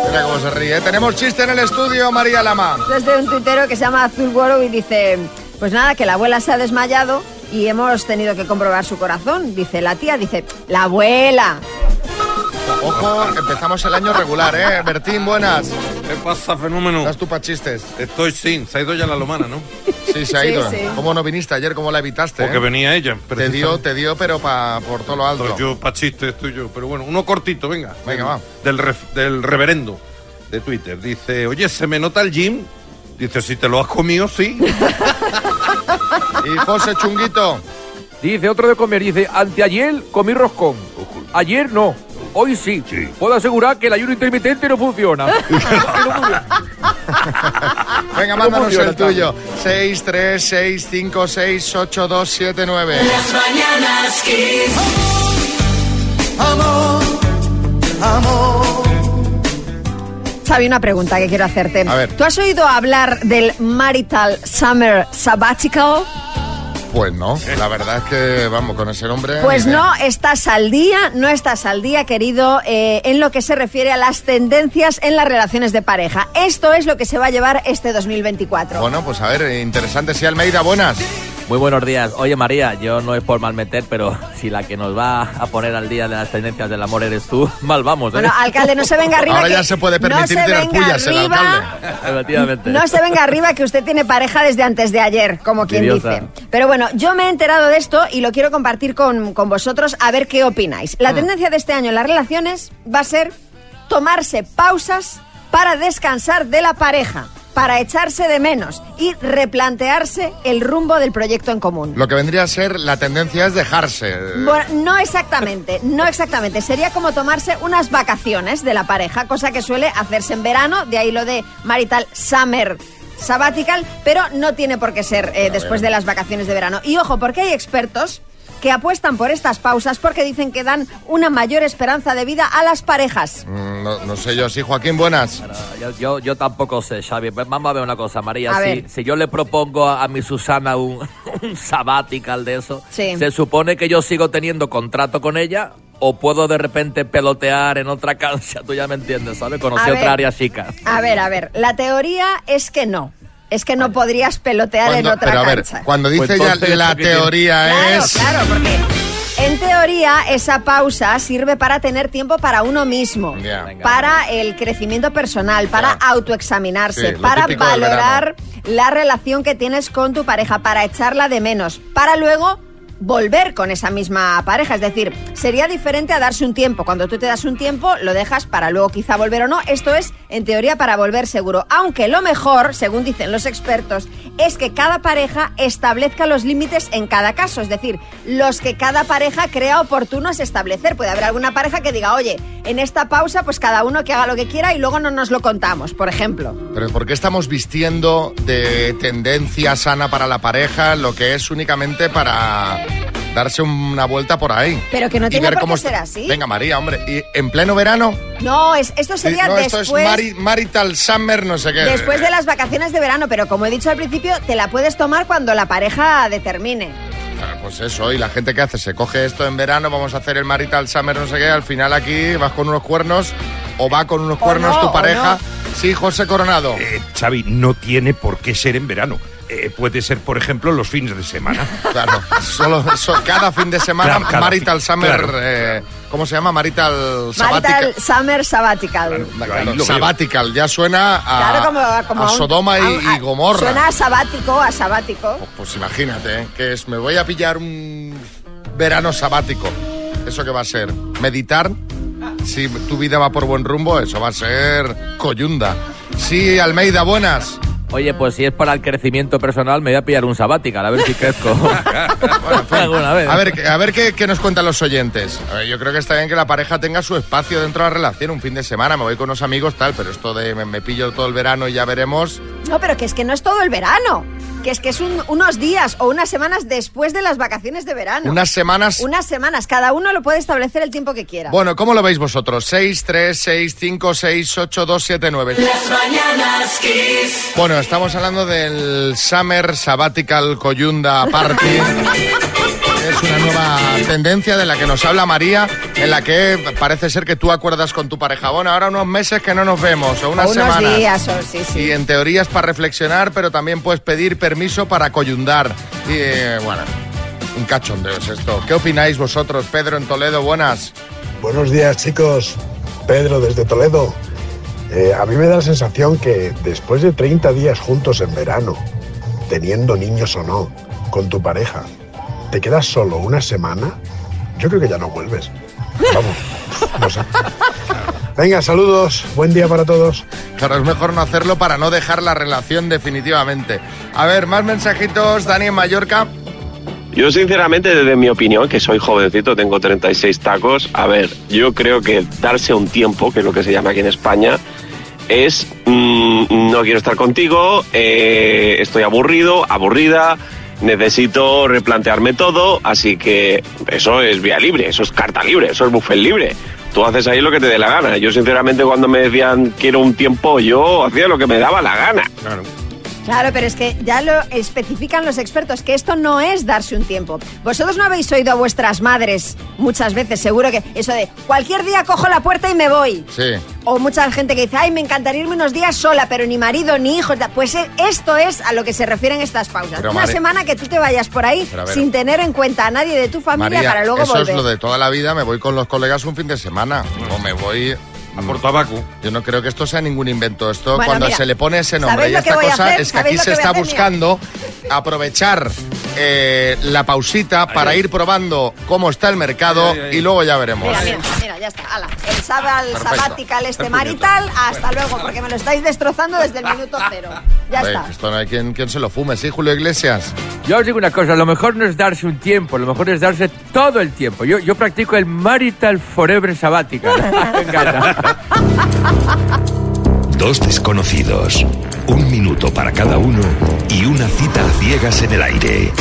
Mira cómo se ríe. ¿eh? Tenemos chiste en el estudio, María Lama.
Desde un tuitero que se llama Azul World y dice, pues nada, que la abuela se ha desmayado y hemos tenido que comprobar su corazón. Dice la tía, dice, la abuela.
Ojo, empezamos el año regular, ¿eh? Bertín, buenas.
¿Qué pasa, fenómeno?
Estás tú para chistes.
Estoy sin, se ha ido ya la lomana, ¿no?
Sí, se ha
Sí,
ido.
sí.
¿Cómo no viniste ayer? ¿Cómo la evitaste?
Porque
eh?
venía ella.
Te dio, te dio, pero pa, por todo lo alto.
Estoy yo pa' chiste, estoy yo. Pero bueno, uno cortito, venga.
Venga,
Del-
va.
Del, ref- del reverendo de Twitter. Dice, oye, ¿se me nota el gym? Dice, si te lo has comido, sí.
y José Chunguito.
Dice otro de comer, dice, anteayer comí roscón. Ayer no.
Hoy sí. Puedo asegurar que el ayuno intermitente no funciona.
Venga, mándanos el tuyo. 636568279.
Las mañanas Kiss.
Amor, amor. Xavi, una pregunta que quiero hacerte.
A ver.
¿Tú has oído hablar del Marital Summer Sabbatical?
Pues no, la verdad es que, vamos, con ese nombre...
Pues
ni idea.
no, estás al día, no estás al día, querido, eh, en lo que se refiere a las tendencias en las relaciones de pareja. Esto es lo que se va a llevar este 2024.
Bueno, pues a ver, interesante. Sí, Almeida, buenas.
Muy buenos días. Oye María, yo no es por mal meter, pero si la que nos va a poner al día de las tendencias del amor eres tú, mal vamos. ¿eh?
Bueno, alcalde, no se venga arriba.
Ahora
que-
ya se puede permitir
no se
tirar
venga
pullas el
arriba,
Efectivamente.
No se venga arriba que usted tiene pareja desde antes de ayer, como quien
Envidiosa.
dice. Pero bueno, yo me he enterado de esto y lo quiero compartir con, con vosotros a ver qué opináis. La tendencia de este año en las relaciones va a ser tomarse pausas para descansar de la pareja, para echarse de menos y replantearse el rumbo del proyecto en común.
Lo que vendría a ser la tendencia es dejarse. eh,
Bueno, no exactamente, no exactamente. Sería como tomarse unas vacaciones de la pareja, cosa que suele hacerse en verano, de ahí lo de marital summer sabbatical, pero no tiene por qué ser eh, después de las vacaciones de verano. Y ojo, porque hay expertos que apuestan por estas pausas porque dicen que dan una mayor esperanza de vida a las parejas.
mm, No, no sé yo, sí, Joaquín, buenas.
Yo, yo, yo tampoco sé, Xavi. Pero Vamos a ver una cosa, María.
A
Si,
ver.
si yo le propongo a, a mi Susana un, un sabbatical de eso,
Sí.
¿se supone que yo sigo teniendo contrato con ella o puedo de repente pelotear en otra cancha? Tú ya me entiendes, ¿sabes?
A
Conocer
ver.
otra área chica.
A ver, a ver, la teoría es que no. Es que no podrías pelotear en
Cuando-
otra
pero a ver,
cancha.
cuando dice ya la teoría es...
Claro, porque en teoría esa pausa sirve para tener tiempo para uno mismo,
Ya.
para el crecimiento personal, para autoexaminarse,
Sí, lo
para
típico del
valorar la relación que tienes con tu pareja, para echarla de menos, para luego volver con esa misma pareja. Es decir, sería diferente a darse un tiempo. Cuando tú te das un tiempo, lo dejas para luego quizá volver o no. Esto es, en teoría, para volver seguro. Aunque lo mejor, según dicen los expertos, es que cada pareja establezca los límites en cada caso. Es decir, los que cada pareja crea oportunos establecer. Puede haber alguna pareja que diga, oye, en esta pausa, pues cada uno que haga lo que quiera y luego no nos lo contamos, por ejemplo.
Pero ¿por qué estamos vistiendo de tendencia sana para la pareja lo que es únicamente para darse una vuelta por ahí?
Pero que no
Y
tiene
ver
por
cómo
qué ser
está-
así.
Venga, María, hombre, y en pleno verano...
No, es, esto sería
Sí, no,
después...
esto es mari- marital summer, no sé qué.
Después de las vacaciones de verano, pero como he dicho al principio, te la puedes tomar cuando la pareja determine.
Ah, Pues eso, y la gente que hace, se coge esto en verano, vamos a hacer el marital summer, no sé qué, al final aquí vas con unos cuernos o va con unos cuernos
no,
tu
o
pareja. Sí, José Coronado.
Xavi, no tiene por qué ser en verano. Eh, puede ser, por ejemplo, los fines de semana.
Claro, solo so- cada fin de semana
Claro, cada
marital
fin-
summer,
claro,
eh, ¿cómo se llama? Marital
Marital
sabbatical.
Summer Sabbatical.
Claro, sabbatical, ya suena a,
Claro, como, como
a
un-
Sodoma y,
a-
y Gomorra.
Suena a sabático, a sabático.
Pues imagínate, ¿eh? que es, me voy a pillar un verano sabático. ¿Eso qué va a ser? ¿Meditar? Si tu vida va por buen rumbo, eso va a ser coyunda. Sí, Almeida, buenas.
Oye, pues si es para el crecimiento personal, me voy a pillar un sabbatical, a ver si crezco. Alguna vez.
A ver, que- a ver qué, qué nos cuentan los oyentes. A ver, yo creo que está bien que la pareja tenga su espacio dentro de la relación, un fin de semana, me voy con unos amigos, tal, pero esto de me, me pillo todo el verano y ya veremos,
No, pero que es que no es todo el verano. Que es que es un- unos días o unas semanas después de las vacaciones de verano.
unas semanas...
Unas semanas. Cada uno lo puede establecer el tiempo que quiera.
Bueno, ¿cómo lo veis vosotros? 6, 3, 6, 5, 6, 8, 2, 7, 9.
Las mañanas Kiss.
Bueno, estamos hablando del Summer Sabbatical Coyunda Party. Es una nueva tendencia de la que nos habla María, en la que parece ser que tú acuerdas con tu pareja. Bueno, ahora unos meses que no nos vemos, o unas
O unos
semanas.
días, o- sí, sí.
Y en teoría es para reflexionar, pero también puedes pedir permiso para coyundar. Y eh, bueno, un cachondeo es esto. ¿Qué opináis vosotros, Pedro en Toledo? Buenas.
Buenos días chicos, Pedro desde Toledo. Eh, a mí me da la sensación que después de 30 días juntos en verano, teniendo niños o no, con tu pareja, te quedas solo una semana, yo creo que ya no vuelves. Vamos, no sé. Venga, saludos, buen día para todos.
Claro, es mejor no hacerlo para no dejar la relación definitivamente. A ver, más mensajitos, Dani en Mallorca.
Yo sinceramente, desde mi opinión, que soy jovencito, tengo 36 tacos, a ver, yo creo que darse un tiempo, que es lo que se llama aquí en España, es mm, no quiero estar contigo, eh, estoy aburrido, aburrida, necesito replantearme todo, así que eso es vía libre, eso es carta libre, eso es buffet libre. Tú haces ahí lo que te dé la gana. Yo sinceramente cuando me decían quiero un tiempo, yo hacía lo que me daba la gana.
Claro, pero es que ya lo especifican los expertos, que esto no es darse un tiempo. Vosotros no habéis oído a vuestras madres muchas veces, seguro que eso de cualquier día cojo la puerta y me voy.
Sí.
O mucha gente que dice, ay, me encantaría irme unos días sola, pero ni marido ni hijos. Pues e- esto es a lo que se refieren estas pausas.
Pero,
Una
Mari-
semana que tú te vayas por ahí
Pero, a ver.
sin tener en cuenta a nadie de tu familia
María,
Ah, para luego
eso
volver.
es lo de toda la vida. Me voy con los colegas un fin de semana. O me voy a por tabaco. Yo no creo que esto sea ningún invento. Esto,
Bueno,
cuando
mira,
se le pone ese nombre
¿sabéis
y
lo que
esta
voy a
cosa,
hacer?
es que
¿Sabéis
aquí
lo
se
que voy a
está
hacer, mira?
buscando aprovechar eh, la pausita para ir probando cómo está el mercado y luego ya veremos.
Mira, mira, mira, ya está. Ala. El sabal
Perfecto.
sabatical este marital, hasta luego, porque me lo estáis destrozando desde el minuto cero. Ya
Hombre,
está.
Esto no hay quien, quien se lo fume, ¿sí, Julio Iglesias?
Yo os digo una cosa, lo mejor no es darse un tiempo, lo mejor es darse todo el tiempo. Yo, yo practico el marital forever sabática.
Dos desconocidos, un minuto para cada uno y una cita a ciegas en el aire.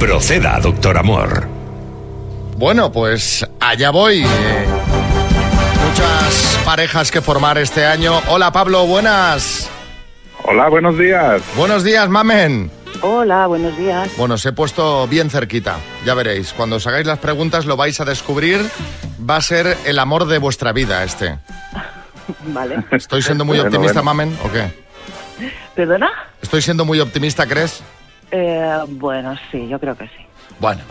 Proceda, doctor amor.
Bueno, pues allá voy. Eh, muchas parejas que formar este año. Hola, Pablo, buenas.
Hola, buenos días.
Buenos días, mamen.
Hola, buenos días.
Bueno, os he puesto bien cerquita. Ya veréis, cuando os hagáis las preguntas lo vais a descubrir. Va a ser el amor de vuestra vida este.
Vale.
¿Estoy siendo muy
Bueno,
optimista,
bueno.
mamen? ¿O qué?
¿Perdona?
¿Estoy siendo muy optimista, crees?
Eh, bueno, sí, yo creo que sí.
Bueno,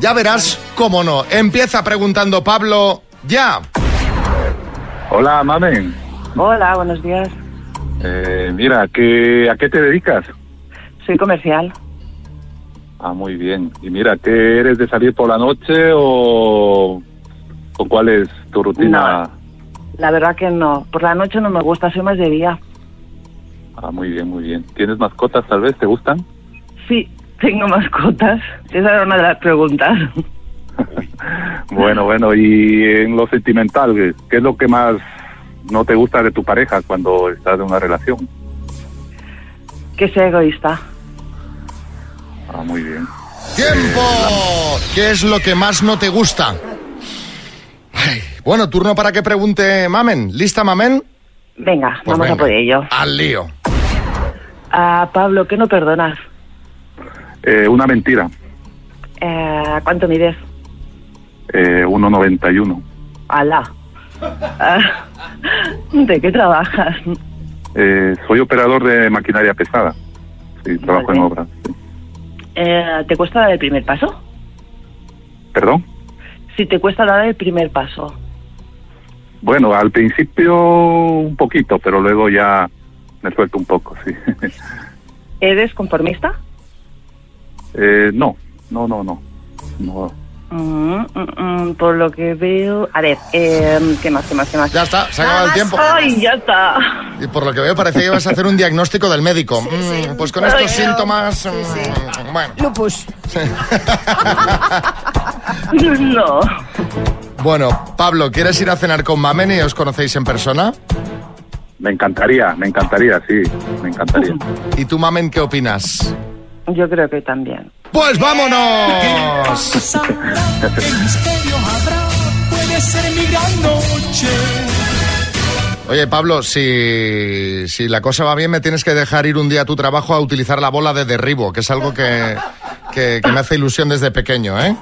ya verás cómo no. Empieza preguntando, Pablo, ya.
Hola, mamen.
Hola, buenos días.
Eh, mira, ¿qué, ¿a qué te dedicas?
Soy comercial.
Ah, muy bien. Y mira, ¿qué eres de salir por la noche o con cuál es tu rutina?
La verdad que no. Por la noche no me gusta, soy más de día.
Ah, muy bien, muy bien. ¿Tienes mascotas tal vez? ¿Te gustan?
Sí, tengo mascotas. Esa era una de las preguntas.
Bueno, bueno, y en lo sentimental, ¿qué es lo que más no te gusta de tu pareja cuando estás en una relación?
Que sea egoísta.
Ah, muy bien. Eh,
¡Tiempo! ¿Qué es lo que más no te gusta? Ay, Bueno, turno para que pregunte Mamen. ¿Lista, Mamen? Pues
Venga, vamos a por ello.
Al lío.
Ah, Pablo, ¿qué no perdonas?
Eh, una mentira,
Eh, ¿Cuánto mides?
eh, 1,91.
Alá. Ah, ¿De qué trabajas?
Eh, soy operador de maquinaria pesada. Sí, trabajo en obra.
Eh, ¿Te cuesta dar el primer paso?
¿Perdón?
Si te cuesta dar el primer paso.
Bueno, al principio un poquito, pero luego ya me suelto un poco, sí.
¿Eres conformista?
Eh, no, no, no, no. no.
Mm, mm, mm, por lo que veo. A ver, em, ¿qué más, qué más, qué más?
Ya está, se ha acabado el tiempo.
¡Ay, ya está!
Y por lo que veo, parece que vas a hacer un diagnóstico del médico. Mm, pues con estos
Pero-
síntomas. mm, Bueno.
Lupus.
no.
Bueno, Pablo, ¿quieres ir a cenar con Mamen y os conocéis en persona?
Me encantaría, me encantaría, sí, me encantaría.
¿Y tú, Mamen, qué opinas?
Yo creo que también.
¡Pues vámonos!
Puede ser mi gran noche.
Oye, Pablo, si, si la cosa va bien, me tienes que dejar ir un día a tu trabajo a utilizar la bola de derribo, que es algo que, que- que me hace ilusión desde pequeño, ¿eh?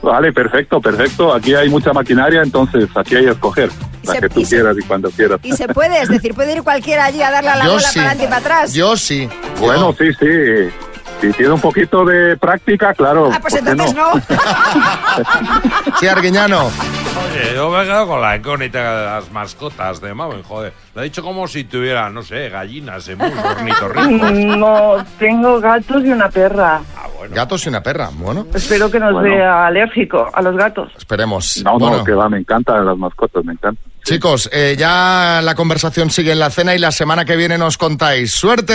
Vale, perfecto, perfecto. Aquí hay mucha maquinaria, entonces aquí hay a escoger la
se-
que tú
y se-
quieras y cuando quieras.
Y se puede, es decir, puede ir cualquiera allí a darle a la
Yo
bola
sí.
para adelante y para atrás.
Yo sí.
Bueno, sí, sí. Si tiene un poquito de práctica, claro.
Ah, pues
¿por qué
entonces no.
Sí, Arguiñano.
Oye, yo me he quedado con la icónica de las mascotas de Maven, joder. Lo ha dicho como si tuviera, no sé, gallinas, emus, ornitorrincos.
Mm, No, tengo gatos y una perra.
Gatos y una perra, bueno.
Espero que no
Bueno.
sea alérgico a los gatos.
Esperemos.
No, no,
Bueno.
que va, me encantan las mascotas, me encantan.
Chicos, eh, ya la conversación sigue en la cena y la semana que viene nos contáis. ¡Suerte!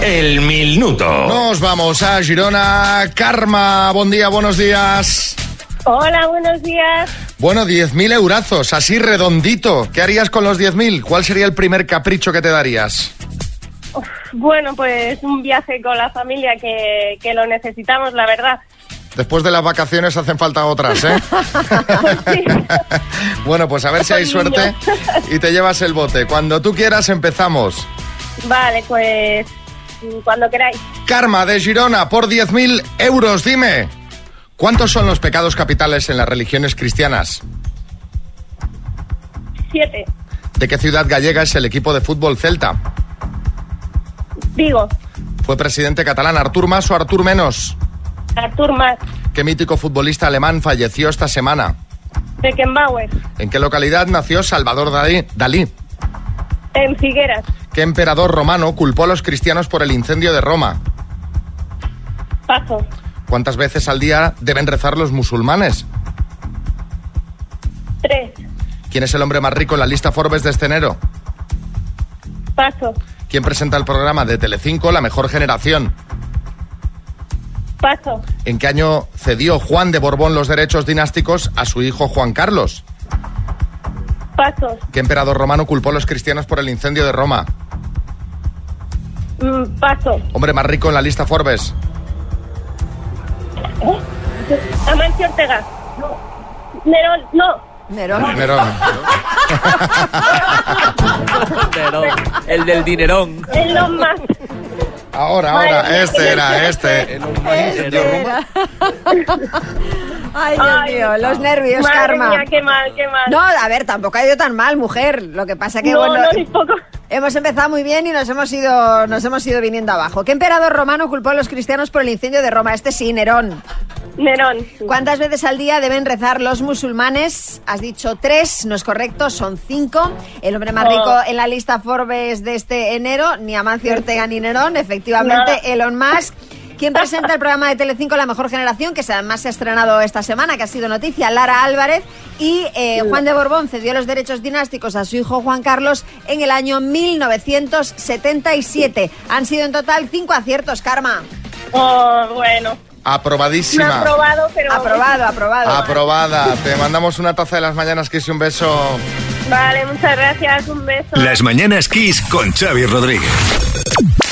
El minuto.
Nos vamos a Girona. Karma, buen día, buenos días.
Hola, buenos días.
Bueno, 10.000 eurazos, así redondito. ¿Qué harías con los 10.000? ¿Cuál sería el primer capricho que te darías?
Bueno, pues un viaje con la familia que, que lo necesitamos, la verdad.
Después de las vacaciones hacen falta otras, ¿eh? bueno, pues a ver si hay
Con niños.
suerte y te llevas el bote. Cuando tú quieras empezamos.
Vale, pues mm, cuando queráis.
Karma de Girona por 10.000 euros, dime. ¿Cuántos son los pecados capitales en las religiones cristianas?
Siete.
¿De qué ciudad gallega es el equipo de fútbol Celta?
Digo,
¿Fue presidente catalán Artur más o Artur menos?
Artur Mas,
¿Qué mítico futbolista alemán falleció esta semana?
Beckenbauer,
¿En qué localidad nació Salvador Dalí? Dalí?
en Figueras,
¿Qué emperador romano culpó a los cristianos por el incendio de Roma?
Paso,
¿Cuántas veces al día deben rezar los musulmanes?
Tres,
¿Quién es el hombre más rico en la lista Forbes de este enero?
Paso,
¿Quién presenta el programa de Telecinco La Mejor Generación?
Paso,
¿En qué año cedió Juan de Borbón los derechos dinásticos a su hijo Juan Carlos?
Paso,
¿Qué emperador romano culpó a los cristianos por el incendio de Roma?
mm, Paso.
Hombre más rico en la lista Forbes.
¿Eh? Amancio Ortega. Nerón, no.
Nerón.
Nerón.
El del dinerón.
Elon Musk.
Ahora, ahora, este era, este.
Ay, Dios
Ay,
mío, los nervios,
madre
karma.
mía, qué mal, qué mal.
No, a ver, tampoco ha ido tan mal, mujer. Lo que pasa que,
No,
bueno.
no, ni
Hemos empezado muy bien y nos hemos ido, nos hemos ido viniendo abajo. ¿Qué emperador romano culpó a los cristianos por el incendio de Roma? Este sí, Nerón.
Nerón.
¿Cuántas veces al día deben rezar los musulmanes? Has dicho tres, no es correcto, son cinco. El hombre más
Oh.
rico en la lista Forbes de este enero, ni Amancio Ortega ni Nerón, efectivamente,
Nada.
Elon Musk. Quien presenta el programa de Telecinco La Mejor Generación, que se- además se ha estrenado esta semana, que ha sido noticia, Lara Álvarez. Y eh, Juan de Borbón cedió los derechos dinásticos a su hijo Juan Carlos en el año 1977. Han sido en total cinco aciertos, Karma.
Oh, bueno. Me ha
Aprobadísima.
aprobado, pero.
Aprobado, aprobado.
Ah, Aprobada. Te mandamos una taza de las mañanas, Kiss, y un beso.
Vale, muchas gracias. Un beso.
Las mañanas Kiss con Xavi Rodríguez.